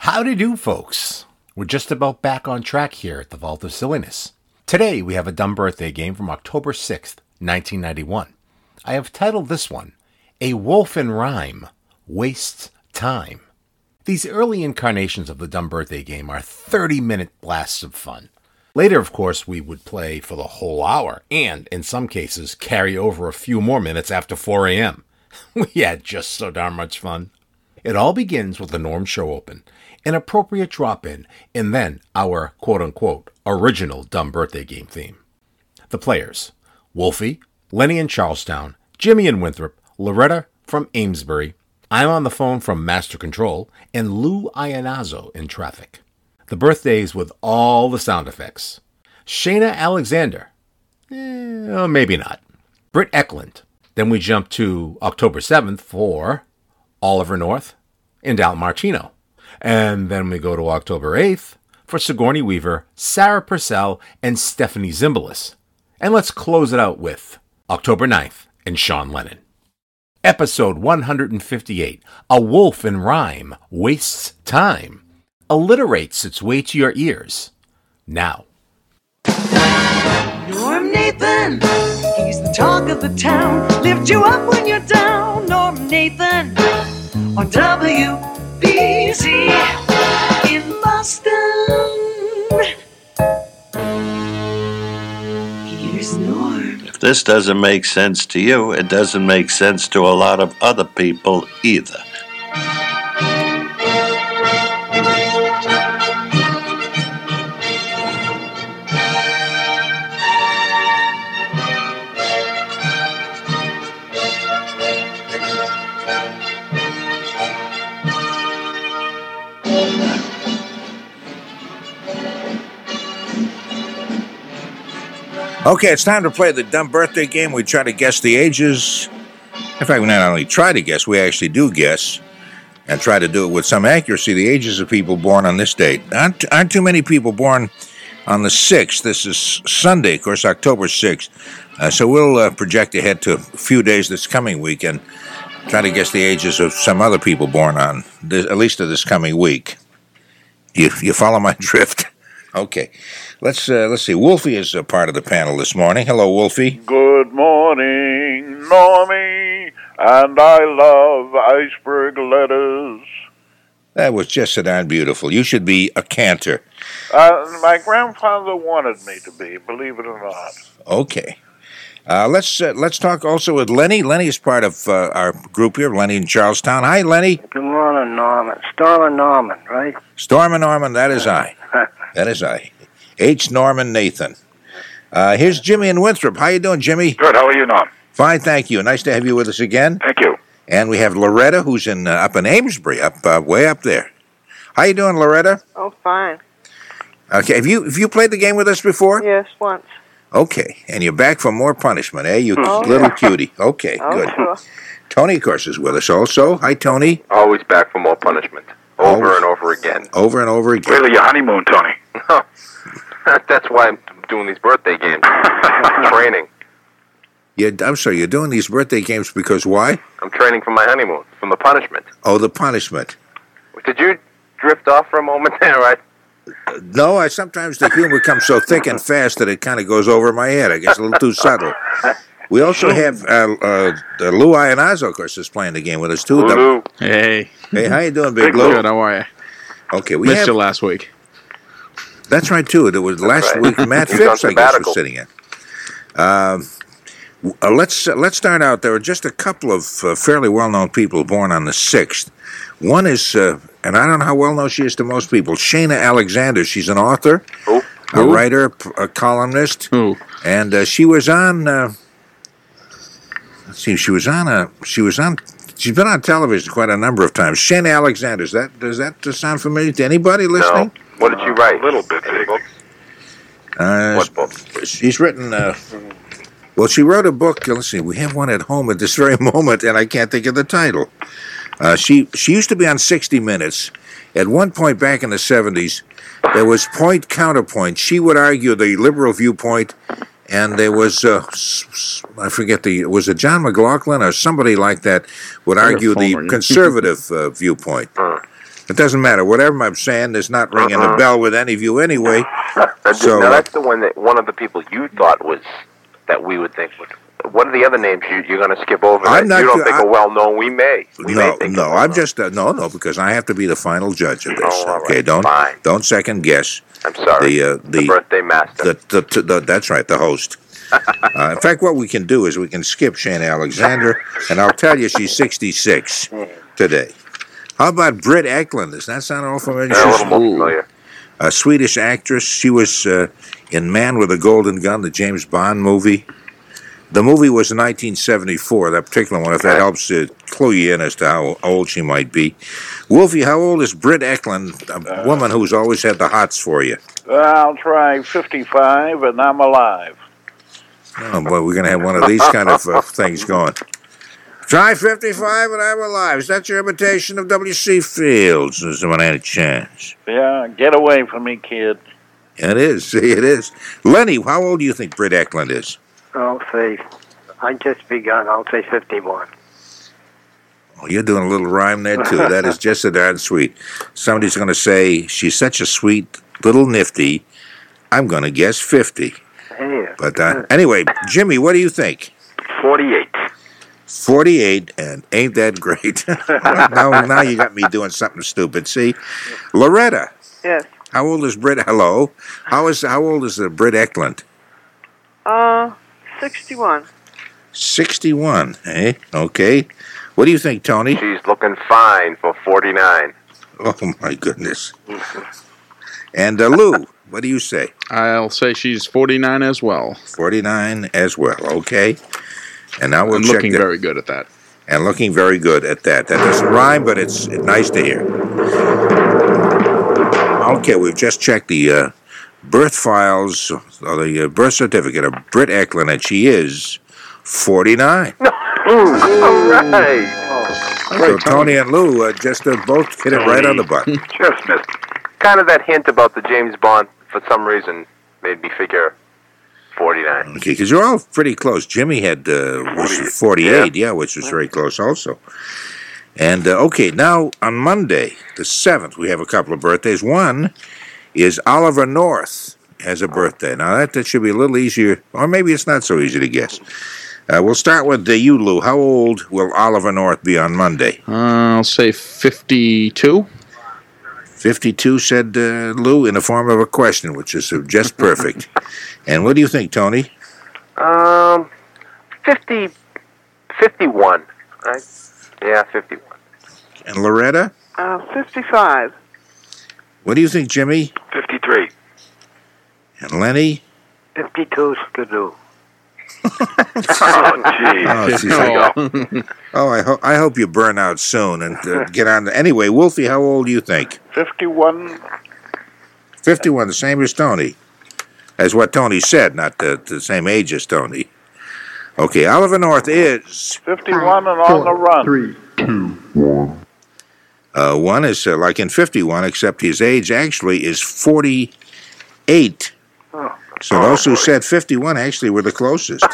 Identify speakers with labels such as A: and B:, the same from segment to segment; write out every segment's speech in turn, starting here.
A: How to do, folks? We're just about back on track here at the Vault of Silliness. Today, we have a dumb birthday game from October 6th, 1991. I have titled this one, A Wolf in Rhyme Wastes Time. These early incarnations of the dumb birthday game are 30 minute blasts of fun. Later, of course, we would play for the whole hour and, in some cases, carry over a few more minutes after 4 a.m. We had just so darn much fun. It all begins with the Norm Show Open, an appropriate drop in, and then our quote unquote original dumb birthday game theme. The players Wolfie, Lenny in Charlestown, Jimmy in Winthrop, Loretta from Amesbury, I'm on the phone from Master Control, and Lou Ionazzo in traffic. The birthdays with all the sound effects. Shayna Alexander. Eh, maybe not. Britt Eklund. Then we jump to October 7th for Oliver North and Al Martino. And then we go to October 8th for Sigourney Weaver, Sarah Purcell, and Stephanie Zimbalist. And let's close it out with October 9th and Sean Lennon. Episode 158 A Wolf in Rhyme Wastes Time, alliterates its way to your ears. Now,
B: Norm Nathan, he's the talk of the town. Lift you up when you're down, Norm Nathan, on WBZ in Boston. Here's Norm.
C: If this doesn't make sense to you, it doesn't make sense to a lot of other people either.
D: Okay, it's time to play the dumb birthday game. We try to guess the ages. In fact, we not only try to guess, we actually do guess and try to do it with some accuracy the ages of people born on this date. Aren't, aren't too many people born on the 6th. This is Sunday, of course, October 6th. Uh, so we'll uh, project ahead to a few days this coming week and try to guess the ages of some other people born on, this, at least of this coming week. You, you follow my drift? Okay. Let's uh, let's see. Wolfie is a part of the panel this morning. Hello, Wolfie.
E: Good morning, Normie, and I love iceberg lettuce.
D: That was just so darn beautiful. You should be a cantor.
E: Uh, my grandfather wanted me to be, believe it or not.
D: Okay. Uh, let's uh, let's talk also with Lenny. Lenny is part of uh, our group here. Lenny in Charlestown. Hi, Lenny.
F: Good morning, Norman. Starla Norman, right?
D: Storm and Norman. That is I. That is I. H. Norman Nathan. Uh, here's Jimmy in Winthrop. How you doing, Jimmy?
G: Good. How are you, Norm?
D: Fine, thank you. Nice to have you with us again.
G: Thank you.
D: And we have Loretta, who's in uh, up in Amesbury, up uh, way up there. How you doing, Loretta?
H: Oh, fine.
D: Okay. Have you have you played the game with us before?
H: Yes, once.
D: Okay. And you're back for more punishment, eh? You
H: Oh,
D: little cutie. Okay.
H: Oh,
D: good.
H: sure.
D: Tony, of course, is with us also. Hi, Tony.
I: Always back for more punishment. Over
D: Always.
I: and over again.
D: Over and over again.
G: Really, your honeymoon, Tony?
I: That's why I'm doing these birthday games. training.
D: Yeah, I'm sorry. You're doing these birthday games because why?
I: I'm training for my honeymoon, from the punishment.
D: Oh, the punishment.
I: Did you drift off for a moment there? I,
D: No, I sometimes the humor comes so thick and fast that it kind of goes over my head. I guess a little too subtle. We also have uh, uh, uh, Lou Ionazzo, of course, is playing the game with us too. The-
G: Lulu.
J: Hey,
D: Hey, how you doing, Big,
G: Big
D: Lou?
J: good. How are you?
D: Okay, we
J: Missed
D: have,
J: you last week.
D: that's right too. It was last
I: right.
D: week. Matt
I: He's on
D: Phipps, I guess,
I: sabbatical.
D: was sitting in. Um, w- uh, let's uh, let's start out. There are just a couple of uh, fairly well-known people born on the sixth. One is, uh, and I don't know how well-known she is to most people. Shayna Alexander. She's an author,
I: Who?
D: a writer, p- a columnist.
J: Ooh,
D: and uh, she was on. Uh, let's see, she was on a. She was on. She's been on television quite a number of times. Shane Alexander. Is that does that sound familiar to anybody
I: No.
D: listening?
I: What did you write?
G: A little bit.
I: Any books?
D: Uh,
I: What book?
D: she's written. Uh, well, she wrote a book. uh, Let's see, we have one at home at this very moment, and I can't think of the title. Uh, she she used to be on 60 Minutes. At one point back in the 70s, there was point counterpoint. She would argue the liberal viewpoint, and there was uh, s- s- I forget the was it John McLaughlin or somebody like that would argue the
J: former, yeah.
D: conservative uh, viewpoint.
I: Mm.
D: It doesn't matter. Whatever I'm saying is not ringing a bell with any of you anyway.
I: That's,
D: So- uh,
I: now that's the one that one of the people you thought was that we would think would. What are the other names you, you're going to skip over?
D: I'm
I: that
D: not
I: you don't
D: sure-
I: think
D: I-
I: are well known. We may. We
D: No,
I: may think
D: no,
I: are
D: I'm
I: well-known.
D: just uh, no, no, because I have to be the final judge of this.
I: Oh, all
D: okay,
I: right,
D: don't
I: fine.
D: don't second guess
I: I'm sorry.
D: the, uh, the-
I: birthday master.
D: the, the, the, the that's right, the host. Uh, in fact, what we can do is we can skip Shane Alexander, and I'll tell you she's 66
I: Hmm.
D: today. How about Britt Eklund? Does that sound all familiar?
I: They're a
D: She's
I: little more familiar.
D: a Swedish actress. She was uh, in Man with a Golden Gun, the James Bond movie. The movie was in 1974, that particular one, if that helps to clue you in as to how old she might be. Wolfie, how old is Britt Eklund, a woman who's always had the hots for you?
E: I'll try 55 and I'm alive.
D: Oh, boy, we're going to have one of these kind of uh, things going. Try 55 and I'm alive. Is that your imitation of W.C. Fields? Has anyone had a chance?
E: Yeah, get away from me, kid.
D: It is. See, it is. Lenny, how old do you think Britt Eklund is?
F: I'll say, I just begun. I'll say 51.
D: Well, Oh, you're doing a little rhyme there too. That is just a darn sweet. Somebody's going to say she's such a sweet little nifty. I'm going to guess fifty.
F: Hey,
D: But uh, anyway, Jimmy, what do you think?
I: 48.
D: Forty-eight, and ain't that great? now, now you got me doing something stupid. See, Loretta,
G: Yes.
D: how old is Britt? Hello, how is how old is uh, Britt Eklund?
G: Uh, 61.
D: Sixty-one. Eh? Okay. What do you think, Tony?
I: She's looking fine for 49.
D: Oh my goodness. And uh, Lou, what do you say?
H: I'll say she's 49 as well.
D: 49 as well. Okay. And now we'll
H: I'm
D: check
H: looking
D: that-
H: very good at that.
D: and looking very good at that. That doesn't rhyme, but it's nice to hear. Okay, we've just checked the uh, birth files or the uh, birth certificate of Britt Eklund, and she is 49.
I: All right.
D: So Tony and Lou uh, just uh, both hit it right on the button.
I: Just missed. Kind of that hint about the James Bond, for some reason, made me figure 49.
D: Okay, because you're all pretty close. Jimmy had uh, was 48, yeah. which was very close also. And uh, okay, now on Monday, the 7th, we have a couple of birthdays. One is Oliver North has a birthday. Now that, that should be a little easier, or maybe it's not so easy to guess. Uh, we'll start with uh, you, Lou. How old will Oliver North be on Monday?
H: I'll say 52.
D: 52, said uh, Lou, in the form of a question, which is uh, just perfect. and what do you think, Tony?
I: Um, 50, 51. Right? Yeah, 51.
D: And Loretta?
G: Uh, 55.
D: What do you think, Jimmy?
I: 53.
D: And Lenny?
F: 52's to do.
I: Oh, gee.
D: Oh, she's like, oh, I, ho- I hope you burn out soon and uh, get on. The- anyway, Wolfie, how old do you think?
E: 51,
D: 51, the same as Tony. As what Tony said, not the, the same age as Tony. Okay, Oliver North is.
E: 51 and on the run.
D: Uh, one is uh, like in 51, except his age actually is 48. So those who said 51 actually were the closest.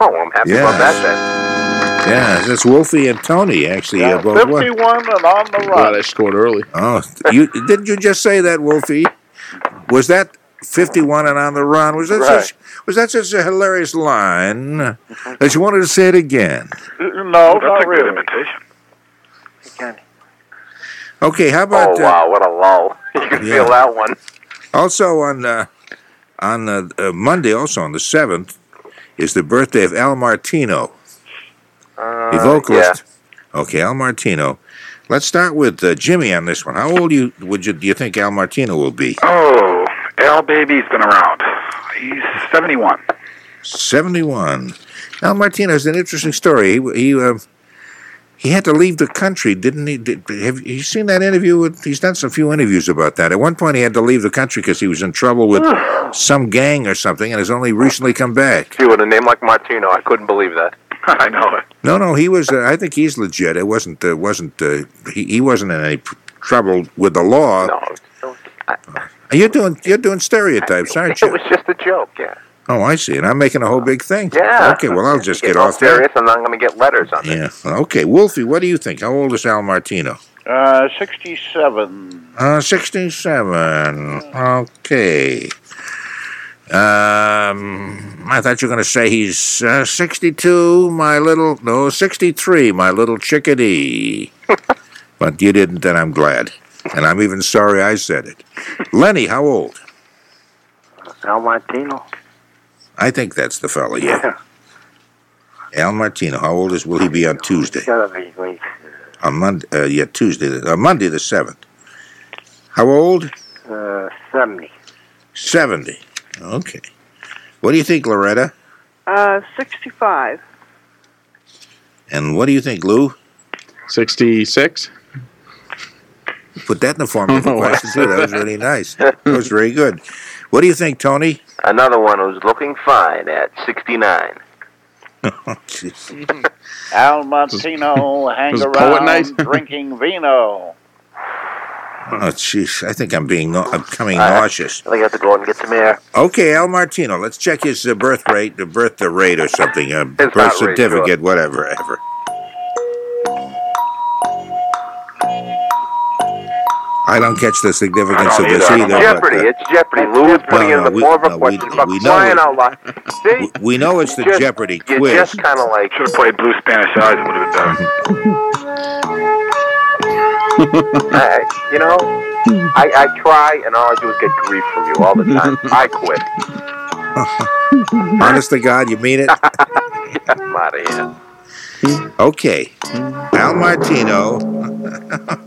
I: Oh, I'm happy
D: Yes.
I: about that
D: Yeah, that's Wolfie and Tony actually. uh,
E: Yeah,
D: both
E: 51
D: won.
E: and on the
H: Glad I
E: run.
H: scored early.
D: Oh, you didn't you just say that, Wolfie? Was that fifty-one and on the run? Was that
E: Right.
D: such, was that such a hilarious line that you wanted to say it again?
E: No, not really.
D: Okay, how
I: then.
D: about
I: oh, wow, what a lull. You can
D: Yeah.
I: feel that one.
D: uh, also on uh, on uh, uh, Monday, also on the seventh, is the birthday of Al Martino,
I: Uh,
D: the vocalist. Okay, Al Martino. Let's start with uh, Jimmy on this one. How old you would you do you think Al Martino will be?
J: Oh, Al Baby's been around. He's 71.
D: 71. Al Martino is an interesting story. He he, uh, he had to leave the country, didn't he? Did, have you seen that interview? With, he's done some few interviews about that. At one point, he had to leave the country because he was in trouble with some gang or something, and has only recently come back.
I: Gee, with a name like Martino, I couldn't believe that.
J: I know it.
D: No, no, he was. Uh, I think he's legit. It wasn't. Uh, wasn't. Uh, he, he wasn't in any pr- trouble with the law.
I: No,
D: You're doing. You're doing stereotypes, aren't
I: it
D: you?
I: was just a joke, yeah.
D: Oh, I see. And I'm making a whole big thing.
I: Yeah.
D: Okay. Well, I'll just get
I: all
D: off there.
I: serious, and I'm going to get letters on it.
D: Yeah. Okay, Wolfie, what do you think? How old is Al Martino?
E: Uh, 67.
D: Uh, 67. Okay. Um, I thought you were going to say he's uh, 62, my little. No, 63, my little chickadee. but you didn't, and I'm glad. And I'm even sorry I said it. Lenny, how old?
F: Al Martino.
D: I think that's the fella, yeah. Al Martino, how old is will he be on Tuesday?
F: He's gotta be late.
D: On Monday, uh, yeah, Tuesday, uh, Monday the 7th. How old?
F: Uh, 70.
D: 70. Okay. What do you think, Loretta?
G: Uh, 65.
D: And what do you think, Lou? 66. Put that in the form of a question, too. That was really nice. That was very good. What do you think, Tony?
I: Another one who's looking fine at 69.
D: Oh,
E: Al Martino hang
D: was it poet
E: around
D: night?
E: drinking vino.
D: Oh, jeez. I think I'm being no- I'm coming nauseous.
I: I think I have to go out and get some air.
D: Okay, Al Martino. Let's check his uh, birth rate, the birth the rate or something, uh, birth
I: rate, sure.
D: certificate, whatever, ever. I don't catch the significance of this either. but,
I: Jeopardy.
D: uh,
I: It's Jeopardy. Lou is putting
D: no,
I: in the
D: we-
I: form of
D: no,
I: a
D: we-
I: question. for
D: we know
I: crying
D: it.
I: out loud. See?
D: we know it's the
I: Just-
D: Jeopardy
I: You
D: quiz.
I: just kind of like. Should have played Blue Spanish Eyes. It would have been better. I, you know, I, I try, and all I do is get grief from you all the time. I quit.
D: Honest to God, you mean it?
I: I'm out of here.
D: Okay. Al Martino.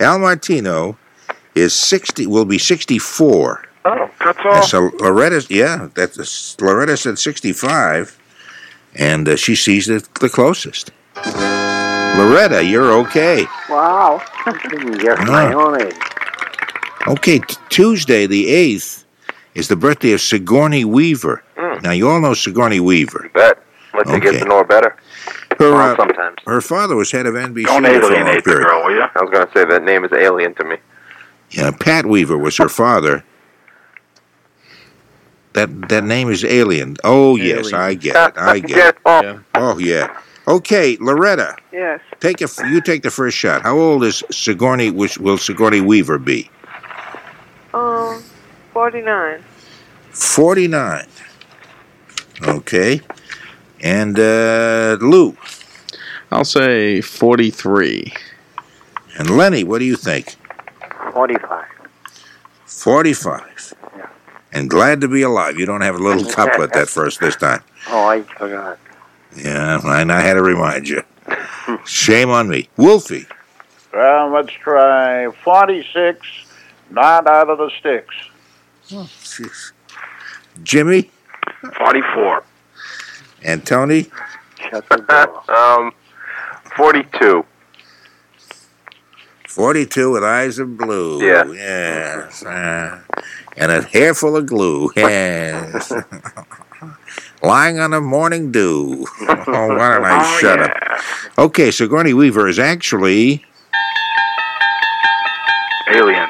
D: Al Martino is 60, will be 64.
J: Oh, that's all.
D: And so Loretta, yeah, that's uh, Loretta said 65, and uh, she sees it the closest. Loretta, you're okay. Ah.
F: Wow. Yes, my own age.
D: Okay, t- Tuesday the 8th is the birthday of Sigourney Weaver.
I: Hmm.
D: Now, you all know Sigourney Weaver.
I: Bet. Let you
D: Okay.
I: get to know her better.
D: Her,
I: Well,
D: uh,
I: sometimes.
D: Her father was head of NBC.
I: Don't
D: for a long
I: alienate the
D: period.
I: girl, will you? I was going to say that name is alien to me.
D: Yeah, Pat Weaver was her father. That that name is alien. Oh yes, I get it. I get it. Oh yeah. Okay, Loretta,
G: Yes.
D: take a f- you take the first shot. How old is Sigourney? Which will Sigourney Weaver be?
G: Um, 49.
D: Forty nine. Okay, and uh, Lou
H: I'll say 43.
D: and Lenny. What do you think?
F: 45.
D: Forty five. And glad to be alive. You don't have a little couplet that first this time.
F: Oh, I forgot.
D: Yeah, and I had to remind you. Shame on me. Wolfie,
E: Well, let's try 46, not out of the sticks.
D: Jimmy,
I: 44.
D: and Tony.
I: um, 42.
D: 42 with eyes of blue.
I: Yeah.
D: Yes. uh, and a hair full of glue. Yes. Lying on the morning dew. oh, why don't I
I: Oh,
D: shut
I: yeah.
D: up? Okay, Sigourney Weaver is actually.
J: Aliens.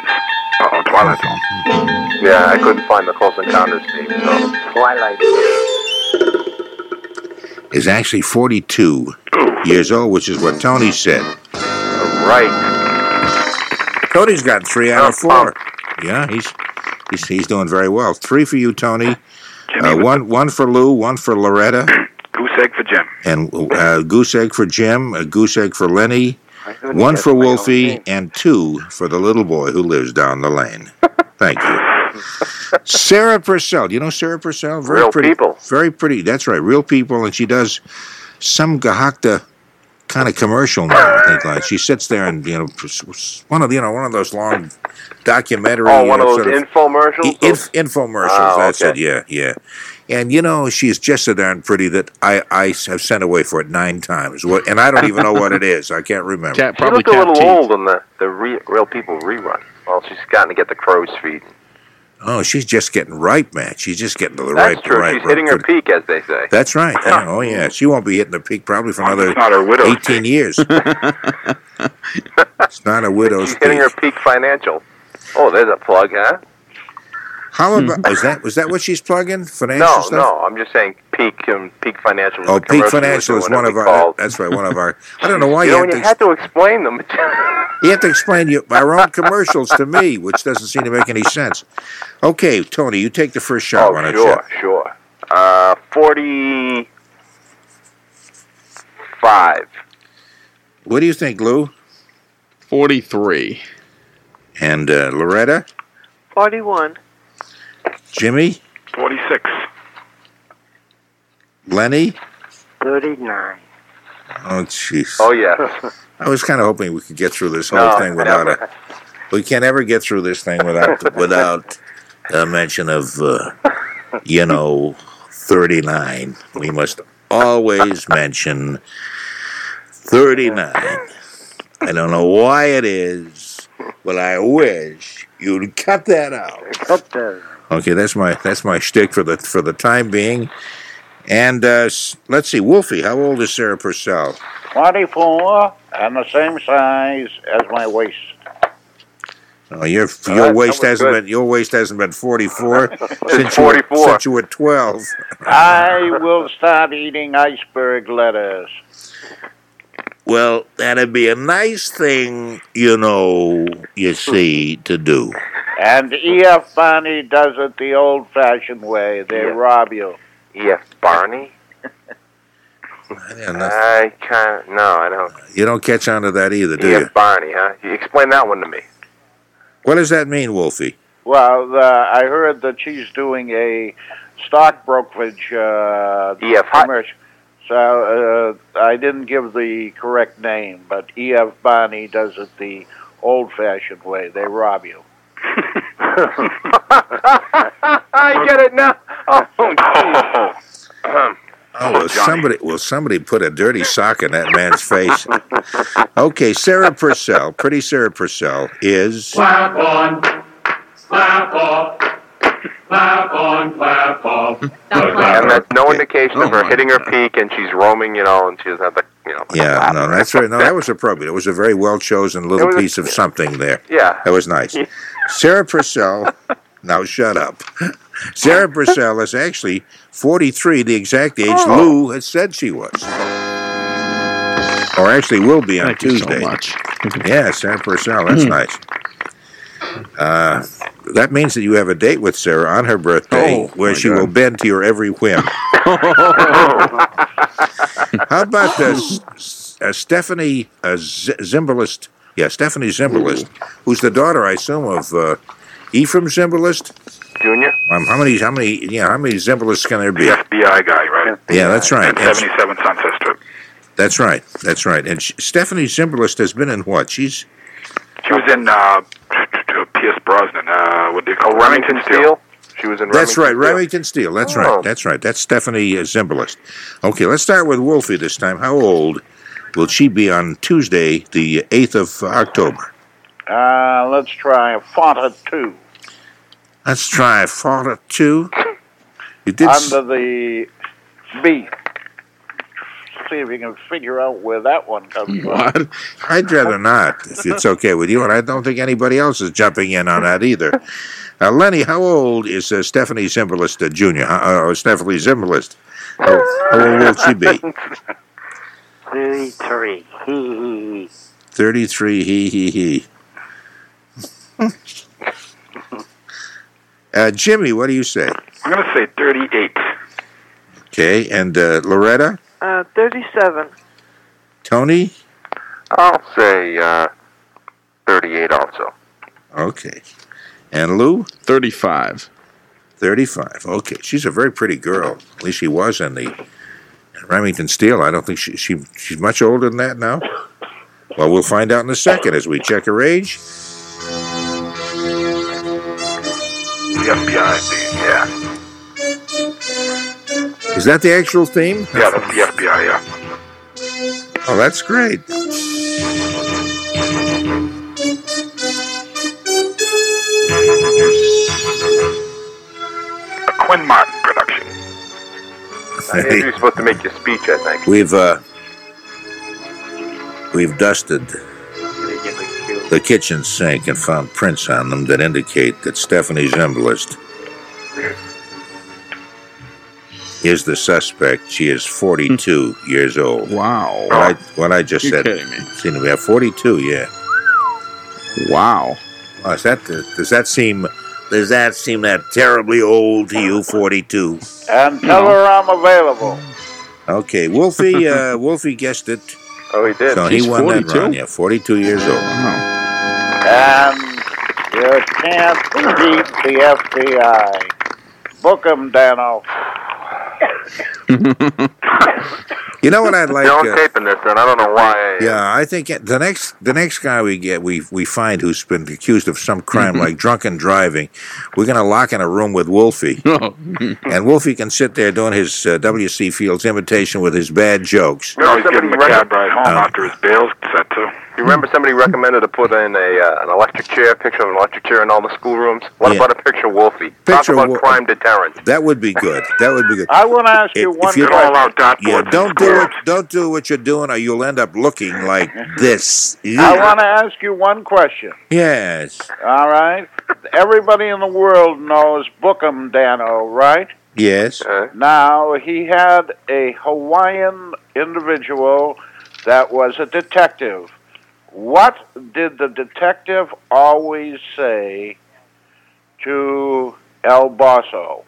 J: Oh, Twilight Zone.
I: Yeah, I couldn't find the Close Encounters name, so. Twilight.
D: Is actually 42 years old, which is what Tony said.
I: Right.
D: Cody's got three out of four. Yeah, he's he's he's doing very well. Three for you, Tony. Uh, one one for Lou. One for Loretta.
J: Goose egg for Jim.
D: And uh, goose egg for Jim. A goose egg for Lenny. One for Wolfie and two for the little boy who lives down the lane. Thank you. Sarah Purcell. Do You know Sarah Purcell?
I: Real
D: pretty,
I: people.
D: Very pretty. That's right. Real people. And she does some Gahakta kind of commercial now, I think. Like she sits there and, you know, pers- pers- one of, you know, one of those long documentary.
I: Oh, one
D: you know,
I: of those
D: uh, sort
I: infomercials?
D: Inf- infomercials.
I: Oh,
D: that's
I: okay.
D: it. Yeah, yeah. And you know, she's just so darn pretty that I, I have sent away for it nine times. What? And I don't even know what it is. I can't remember.
H: Cat,
I: She
H: probably
I: looked a
H: cat
I: little
H: teeth.
I: old on the, the re- Real People rerun. Well, she's gotten to get the crow's feet.
D: Oh, she's just getting ripe, man. She's just getting to the
I: That's
D: ripe,
I: true.
D: ripe,
I: she's
D: ripe
I: hitting her
D: good-
I: peak, as they say.
D: That's right. Yeah, Oh yeah, she won't be hitting the peak probably
I: Oh,
D: for another
J: It's not her widow's
D: eighteen years. it's not a widow's
I: She's hitting
D: peak.
I: her peak financial. Oh, there's a plug, huh?
D: How about was that? Was that what she's plugging? Financial
I: No,
D: stuff.
I: no, I'm just saying Peak um, Peak Financial. was
D: Oh,
I: the
D: Peak
I: commercial we
D: Financial
I: were
D: is
I: doing
D: one
I: that
D: of
I: we
D: our.
I: called.
D: That's right, one of our. I don't know why you,
I: know,
D: have
I: when
D: to.
I: you had to explain them.
D: you have to explain your, our own commercials to me, which doesn't seem to make any sense. Okay, Tony, you take the first shot. why don't
I: Oh, sure, sure. Uh, forty-five.
D: you? What do you think, Lou? Forty-three. And uh, Loretta,
G: 41.
D: Jimmy,
J: 46.
D: Lenny.
F: 39.
D: Oh, jeez.
I: Oh yes.
D: I was kind of hoping we could get through this whole
I: No,
D: thing without
I: never.
D: a. We can't ever get through this thing without without a mention of, uh, you know, thirty nine. We must always mention thirty nine. I don't know why it is, but I wish you'd cut that out.
F: Cut that.
D: Okay, that's my that's my shtick for the for the time being. And uh, s- let's see, Wolfie, how old is Sarah Purcell?
E: 24 and the same size as my waist.
D: Oh, your
E: Oh,
D: your
E: that-
D: waist
E: that was
D: hasn't
E: good.
D: been your waist hasn't been forty four since you were,
E: 44.
D: since you were twelve.
E: I will start eating iceberg lettuce.
D: Well, that'd be a nice thing, you know. You see, to do.
E: And E.F. Barney does it the old fashioned way. They rob you.
I: E.F. Barney? I kind of no, I don't.
D: You don't catch on to that either, do you?
I: E.F. Barney, huh? You explain that one to me.
D: What does that mean, Wolfie?
E: Well, uh, I heard that she's doing a stock brokerage uh,
I: EF
E: commercial. So uh, I didn't give the correct name, but E.F. Barney does it the old fashioned way. They rob you.
I: I get it now. Oh, jeez. Ahem.
D: Oh, well, somebody will somebody put a dirty sock in that man's face. Okay, Sarah Purcell, pretty Sarah Purcell is
K: Clap on, clap off, clap on, clap off.
I: and that's no indication
D: Oh
I: of her hitting her peak, and she's roaming, you know, and she doesn't have the, you know.
D: yeah, no, that's right. No, that was appropriate. It was a very well chosen little
I: It was-
D: piece of something there.
I: Yeah.
D: That was nice. Sarah Purcell, now shut up. Sarah Purcell is actually 43, the exact age
I: Oh.
D: Lou had said she was. Or actually will be on
H: Thank you so
D: Tuesday.
H: much.
D: yeah, Sarah Purcell, that's
H: Hmm.
D: nice. Uh, that means that you have a date with Sarah on her birthday
H: Oh,
D: where
H: my
D: she
H: God.
D: will bend to your every whim. How about this uh, Stephanie uh, Z- Zimbalist? Yeah, Stephanie Zimbalist, who's the daughter, I assume, of uh, Ephraim Zimbalist.
I: Junior.
D: Um, how many? How many? Yeah, how many Zimbalists can there be? Yeah,
J: FBI guy, right?
D: that's right.
J: At
D: That's,
J: 77 Sunset Strip.
D: that's right. That's right. And she, Stephanie Zimbalist has been in what? She's
J: She was in uh, Pierce Brosnan. Uh, what do you call Remington, Steel?
I: Oh, She was in
D: that's right, Remington Steele. That's right. That's right. That's Stephanie uh, Zimbalist. Okay, let's start with Wolfie this time. How old will she be on Tuesday, the eighth of uh, October?
E: Uh, let's try Fanta 2.
D: Let's try Fallout Two. You did. s-
E: under the B. See if you can figure out where that one comes from.
D: I'd rather not, if it's okay with you, and I don't think anybody else is jumping in on that either. Uh, Lenny, how old is uh, Stephanie Zimbalist uh, Jr.? Uh, uh, Stephanie Zimbalist. How, how old will she be?
F: 33. Hee hee hee.
D: 33, he, he, he. Uh, Jimmy, what do you say?
J: I'm going to say 38.
D: Okay, and uh, Loretta,
G: Uh, 37.
D: Tony?
I: I'll say uh, 38 also.
D: Okay. And Lou? 35. 35. Okay. She's a very pretty girl. At least she was in the in Remington Steel. I don't think she, she she's much older than that now. Well, we'll find out in a second as we check her age.
J: The FBI theme, yeah.
D: Is that the actual theme?
J: Yeah, that's the FBI, yeah.
D: Oh, that's great.
J: A Quinn Martin production.
I: You're supposed to make your speech, I think.
D: We've uh, we've dusted the kitchen sink and found prints on them that indicate that Stephanie Zimbalist is the suspect. She is 42 years old.
H: Hmm. Wow.
D: What I, what I just
H: You're
D: said.
H: kidding me.
D: Seemed to be at 42, yeah. Oh,
H: Wow.
D: is that, does that seem does that seem that terribly old to you, 42?
E: And tell her I'm available.
D: Okay, Wolfie uh, Wolfie guessed it.
I: Oh, he did.
D: So he won that round. Yeah, 42 years old.
E: And you can't beat the FBI. Book 'em, Dano.
D: You know what I'd like?
I: You're on
D: uh,
I: tape in this, and I don't know why.
D: Yeah, I think the next the next guy we get we we find who's been accused of some crime
E: Mm-hmm.
D: like drunken driving, we're gonna lock in a room with Wolfie,
H: Oh,
E: Mm-hmm.
D: and Wolfie can sit there doing his uh, W. C. Fields imitation with his bad jokes. Um,
J: You always give him a cab ride home after his bail's set too.
I: You remember somebody recommended to put in a uh, an electric chair, picture of an electric chair in all the schoolrooms? What
D: Yeah.
I: about a picture of Wolfie?
D: Picture
I: Talk about
D: Wol-
I: crime deterrent.
D: That would be good. That would be good.
E: I want to ask
D: If-
E: you
D: if
E: one
D: you
E: question.
D: don't- yeah, don't do it. Don't do what you're doing, or you'll end up looking like this.
E: I want to ask you one question.
D: Yes.
E: All right. Everybody in the world knows Bookham Dano, right?
D: Yes.
E: Now, he had a Hawaiian individual that was a detective. What did the detective always say to El Bosso?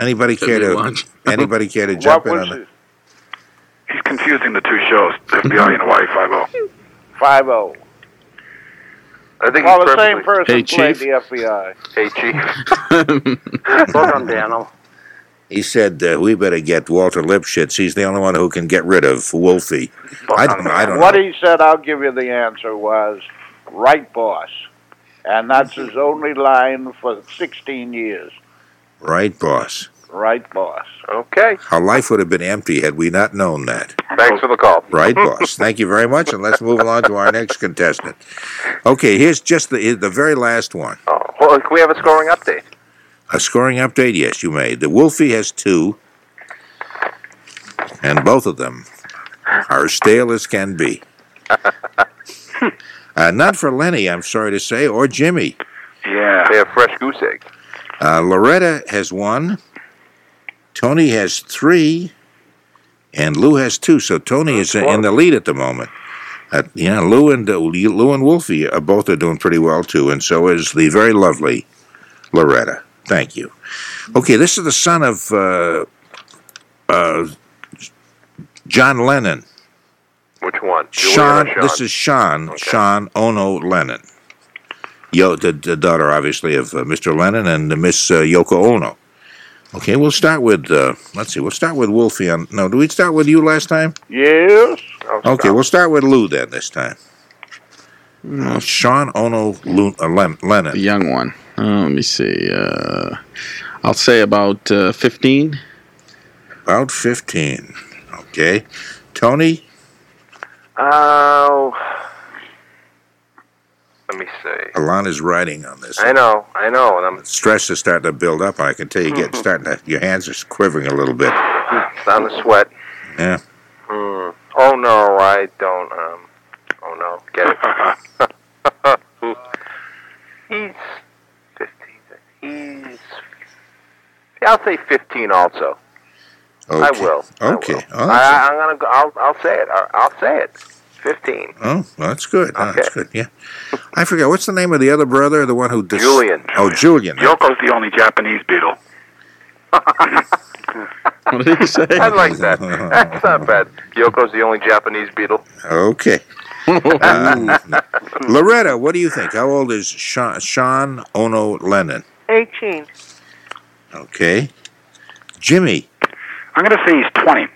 D: Anybody care to? Anybody care to jump in on it?
J: He's confusing the two shows, FBI and Hawaii Five oh. O.
E: 5 0.
I: I think
E: well,
I: he's
E: oh. the same
I: perfectly-
E: person
I: Hey,
E: played
I: Chief.
E: the FBI.
I: Hey, Chief.
F: Welcome, Daniel.
D: He said uh, we better get Walter Lipschitz. He's the only one who can get rid of Wolfie. I don't. I don't.
E: what
D: know.
E: he said, I'll give you the answer, was right boss. And that's his only line for 16 years.
D: Right, boss.
E: Right boss.
I: Okay.
D: Our life would have been empty had we not known that.
I: Thanks for the call.
D: Right, boss. Thank you very much, and let's move along to our next contestant. Okay, here's just the the very last one.
I: Oh, Well, can we have a scoring update?
D: A scoring update? Yes, you may. The Wolfie has two, and both of them are stale as can be. Uh, not for Lenny, I'm sorry to say, or Jimmy.
I: Yeah. They have fresh goose egg.
D: Uh, Loretta has one. Tony has three. And Lou has two. So Tony is in the lead at the moment. Uh, yeah, Lou and uh, Lou and Wolfie are both are doing pretty well too, and so is the very lovely Loretta. Thank you. Okay, this is the son of uh, uh, John Lennon.
I: Which one?
D: Sean,
I: Julian or
D: This is Sean. Sean Ono Lennon. Yo, the, the daughter, obviously, of uh, Mr. Lennon and uh, Miss uh, Yoko Ono. Okay, we'll start with. Uh, let's see. We'll start with Wolfie. On no, do we start with you last time?
E: Yes?
D: Okay, we'll start with Lou then this time. Uh, Sean Ono Lu- uh, Len- Lennon.
H: The young one. Uh, let me see. Uh, I'll say about uh, 15.
D: About 15. Okay. Tony?
I: Oh. Let me see.
D: Alana's writing on this.
I: I know, I know, and I'm
D: Stress is starting to build up. I can tell you get starting to. Your hands are quivering a little bit.
I: starting to sweat.
D: Yeah.
I: Mm. Oh no, I don't. Um. Oh no, get it. he's fifteen. He's. I'll say fifteen also. I
D: Okay.
I: will.
D: Okay.
I: I,
D: Oh,
I: I, I'm gonna go. I'll, I'll say it. I, I'll say it. Fifteen.
D: Oh, well, that's good. Oh, That's good. Yeah, I forget what's the name of the other brother, the one who dis-
I: Julian.
D: Oh, Julian.
J: Yoko's the only Japanese Beatle.
H: What did he say?
I: I like that. That's not bad. Yoko's the only Japanese beetle.
D: Okay. Uh, Loretta, what do you think? How old is Sean, Sean Ono Lennon?
G: 18.
D: Okay. Jimmy,
J: I'm gonna say he's twenty.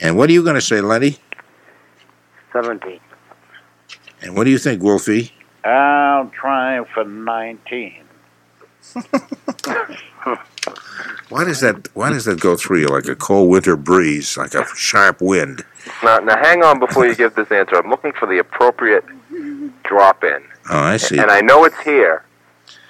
D: and what are you going to say, Lenny?
F: 17.
D: And what do you think, Wolfie?
E: I'm trying for 19.
D: Why does that? Why does that go through you like a cold winter breeze, like a sharp wind?
I: Now, now, hang on before you give this answer. I'm looking for the appropriate drop in.
D: Oh, I see.
I: And I know it's here.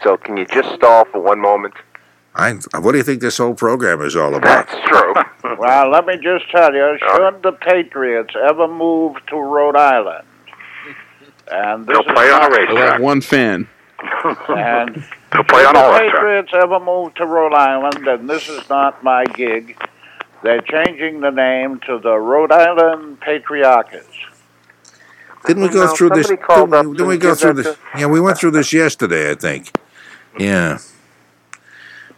I: So can you just stall for one moment?
D: I, what do you think this whole program is all about?
I: That's true.
E: Well, let me just tell you, should the Patriots ever move to Rhode Island, and this
J: They'll
E: is
J: play on a
E: not-
H: I'll have one fan.
E: and
J: They'll play on
E: the
J: all that time.
E: Patriots ever moved to Rhode Island, and this is not my gig, they're changing the name to the Rhode Island Patriarchas.
D: Didn't we
E: No,
D: go through this?
E: somebody called
D: Didn't,
E: up
D: we- didn't we
E: and
D: go
E: give
D: through
E: that
D: this? Yeah, we went through this yesterday, I think. Yeah.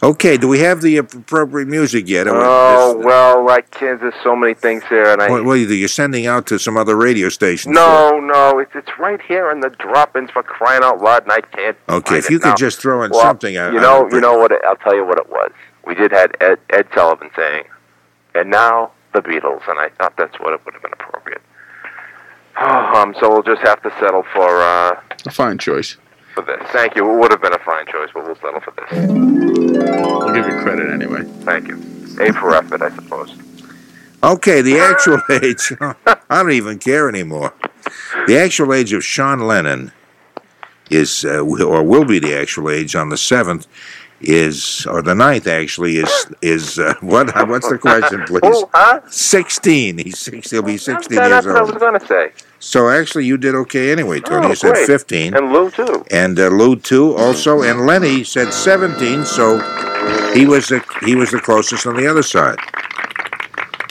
D: Okay. Do we have the appropriate music yet?
I: Oh well, I can't. There's so many things here, and I.
D: Well, well, you're sending out to some other radio station.
I: no, no, it's it's right here in the drop-ins for crying out loud, and I can't.
D: Okay,
I: find
D: if you
I: it
D: could
I: now.
D: just throw in
I: Well,
D: something, I-
I: you
D: I
I: know,
D: would
I: you know what? It, I'll tell you what it was. We did had Ed, Ed Sullivan saying, and now the Beatles, and I thought that's what it would have been appropriate. um, so we'll just have to settle for uh,
H: A fine choice.
I: for this. Thank you. It would have been a fine choice, but we'll settle for this.
H: I'll give you credit anyway.
I: Thank you. A for effort, I suppose.
D: Okay, the actual age. I don't even care anymore. The actual age of Sean Lennon is, uh, will- or will be the actual age on the seventh, is or the ninth actually is is uh, what? What's the question, please?
I: Who, Oh, huh?
D: Sixteen. He's six. He'll be sixteen
I: that's
D: years
I: what I was
D: old.
I: gonna say.
D: So actually, you did okay anyway, Tony.
I: Oh,
D: you said
I: great.
D: fifteen,
I: and Lou too,
D: and uh, Lou too also, and Lenny said seventeen. So he was the he was the closest on the other side.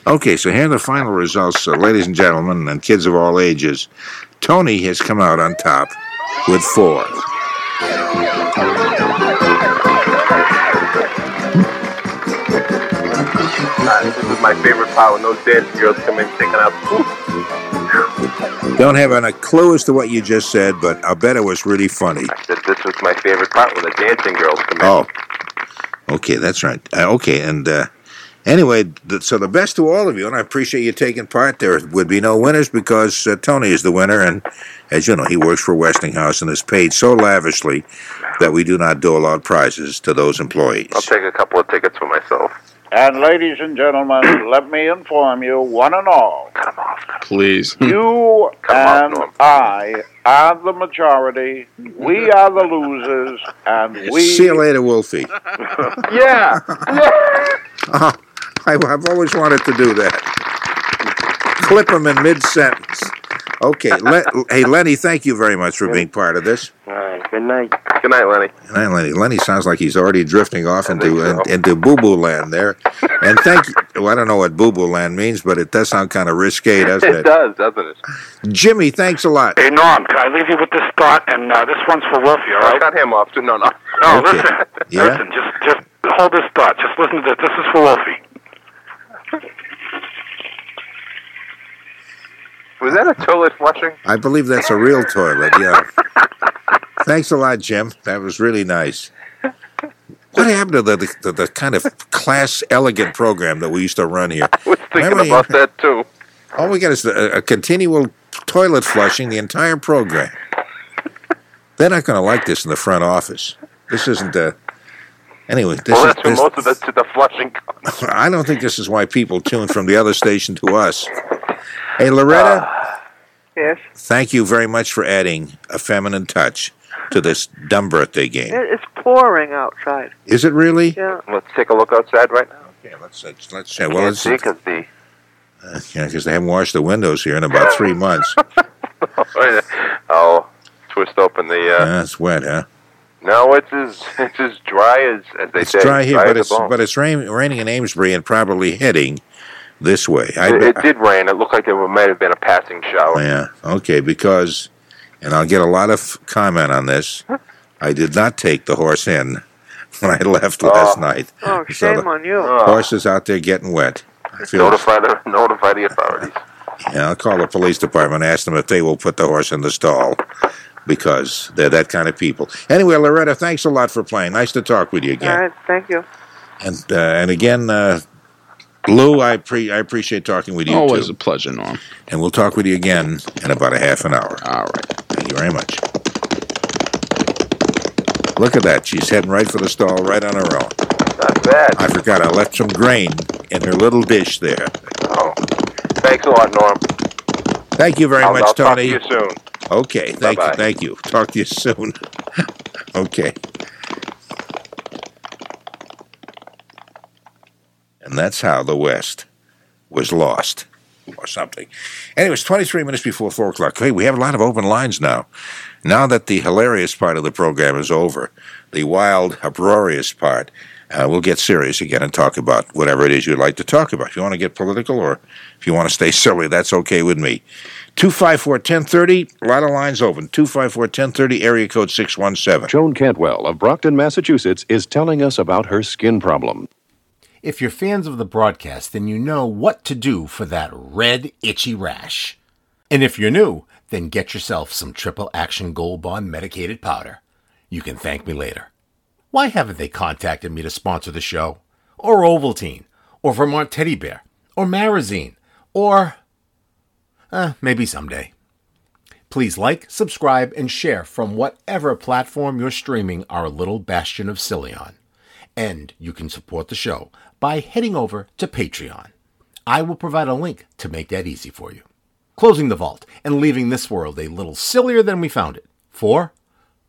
D: Okay, so here are the final results, uh, ladies and gentlemen, and kids of all ages. Tony has come out on top with four.
I: Uh, this is my favorite part when those dance girls come in sticking out.
D: Don't have a clue as to what you just said, but I bet it was really funny.
I: That this was my favorite part when the dancing girls come in.
D: Oh, okay, that's right. Uh, okay, and uh, anyway, th- so the best to all of you, and I appreciate you taking part. There would be no winners because uh, Tony is the winner, and as you know, he works for Westinghouse and is paid so lavishly that we do not dole out prizes to those employees.
I: I'll take a couple of tickets for myself.
E: And ladies and gentlemen, let me inform you, one and all,
H: Please.
J: Hmm.
E: you and I are the majority. We are the losers, and we.
D: See you later, Wolfie.
E: yeah.
D: Ah, I, I've always wanted to do that. Clip him in mid sentence. Okay, Le- hey Lenny, thank you very much for being part of this.
I: All right. Good night. Good night, Lenny.
D: Man, Lenny, Lenny sounds like he's already drifting off into into boo boo land there. And thank you. Well, I don't know what boo boo land means, but it does sound kind of risque, doesn't it?
I: does, doesn't it?
D: Jimmy, thanks a lot.
J: Hey, Norm, can I leave you with this thought? And uh, this one's for Wolfie, all right?
I: Cut him off. too. No, no.
J: No,
I: Okay.
J: listen.
I: Yeah?
J: Listen, just, just hold this thought. Just listen to this. This is for Wolfie.
I: Was that a toilet flushing?
D: I believe that's a real toilet. Yeah. thanks a lot, Jim. That was really nice. What happened to the, the, the, kind of class elegant program that we used to run here?
I: I was thinking
D: Remember-
I: about that too.
D: All we got is a, a continual toilet flushing the entire program. They're not going to like this in the front office. This isn't a. Anyway, this
I: well,
D: is.
I: that's where
D: this-
I: most of the to the flushing. comes.
D: I don't think this is why people tune from the other station to us. Hey, Loretta,
G: Uh, Yes.
D: thank you very much for adding a feminine touch to this dumb birthday game.
G: It, it's pouring outside.
D: Is it really?
G: Yeah.
I: Let's take a look outside right now.
D: Okay, let's let's, let's Yeah, well, it's,
I: because the
D: yeah, 'cause they haven't washed the windows here in about three months.
I: I'll twist open the. Uh,
D: Yeah, it's wet, huh?
I: No, it's as it's as dry as as they say.
D: It's dry here, but
I: as a
D: it's
I: bone.
D: but it's rain, raining in Amesbury and probably heading this way. I, oh,
I: it, it did rain. It looked like there might have been a passing shower.
D: Yeah. Okay. Because, and I'll get a lot of comment on this. I did not take the horse in when I left last night.
G: Oh,
D: So
G: shame
D: the
G: on you.
D: Horse is out there getting wet. I feel-
I: Notify the notify the authorities.
D: yeah, I'll call the police department, ask them if they will put the horse in the stall because they're that kind of people. Anyway, Loretta, thanks a lot for playing. Nice to talk with you
G: All
D: again.
G: right. Thank you.
D: And uh, and again, uh, Lou, I pre- I appreciate talking with you.
H: Always
D: a pleasure, Norm. And we'll talk with you again in about a half an hour. All right. Thank you very much. Look at that. She's heading right for the stall, right on her own.
I: Not bad.
D: I forgot I left some grain in her little dish there.
I: Oh, thanks a lot, Norm.
D: Thank you very
I: I'll,
D: much,
I: I'll talk
D: Tony.
I: to you soon.
D: Okay, thank
I: Bye-bye.
D: you, thank you. Talk to you soon. okay. And that's how the West was lost or something. Anyway, it's 23 minutes before 4 o'clock. Hey, we have a lot of open lines now. Now that the hilarious part of the program is over, the wild, uproarious part, uh, we'll get serious again and talk about whatever it is you'd like to talk about. If you want to get political or if you want to stay silly, that's okay with me. 254 1030, a lot of lines open. 254 1030, area code 617.
L: Joan Cantwell of Brockton, Massachusetts, is telling us about her skin problem.
A: If you're fans of the broadcast, then you know what to do for that red, itchy rash. And if you're new, then get yourself some triple action Gold Bond medicated powder. You can thank me later. Why haven't they contacted me to sponsor the show? Or Ovaltine? Or Vermont Teddy Bear? Or Marazine? Or. Eh, maybe someday. Please like, subscribe, and share from whatever platform you're streaming our little bastion of silly on. And you can support the show by heading over to Patreon. I will provide a link to make that easy for you. Closing the vault and leaving this world a little sillier than we found it. For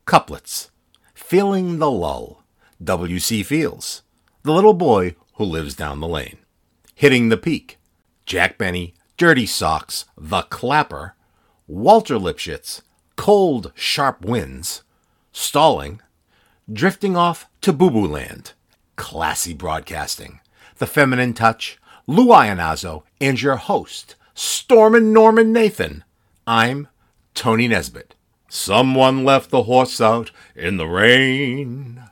A: couplets, filling the lull, W.C. Fields, the little boy who lives down the lane, hitting the peak, Jack Benny, Dirty Socks, The Clapper, Walter Lipschitz, Cold Sharp Winds, Stalling, Drifting Off to Boo Boo Land, Classy Broadcasting, The Feminine Touch, Lou Ionazzo, and your host, Stormin' Norman Nathan. I'm Tony Nesbitt. Someone left the horse out in the rain.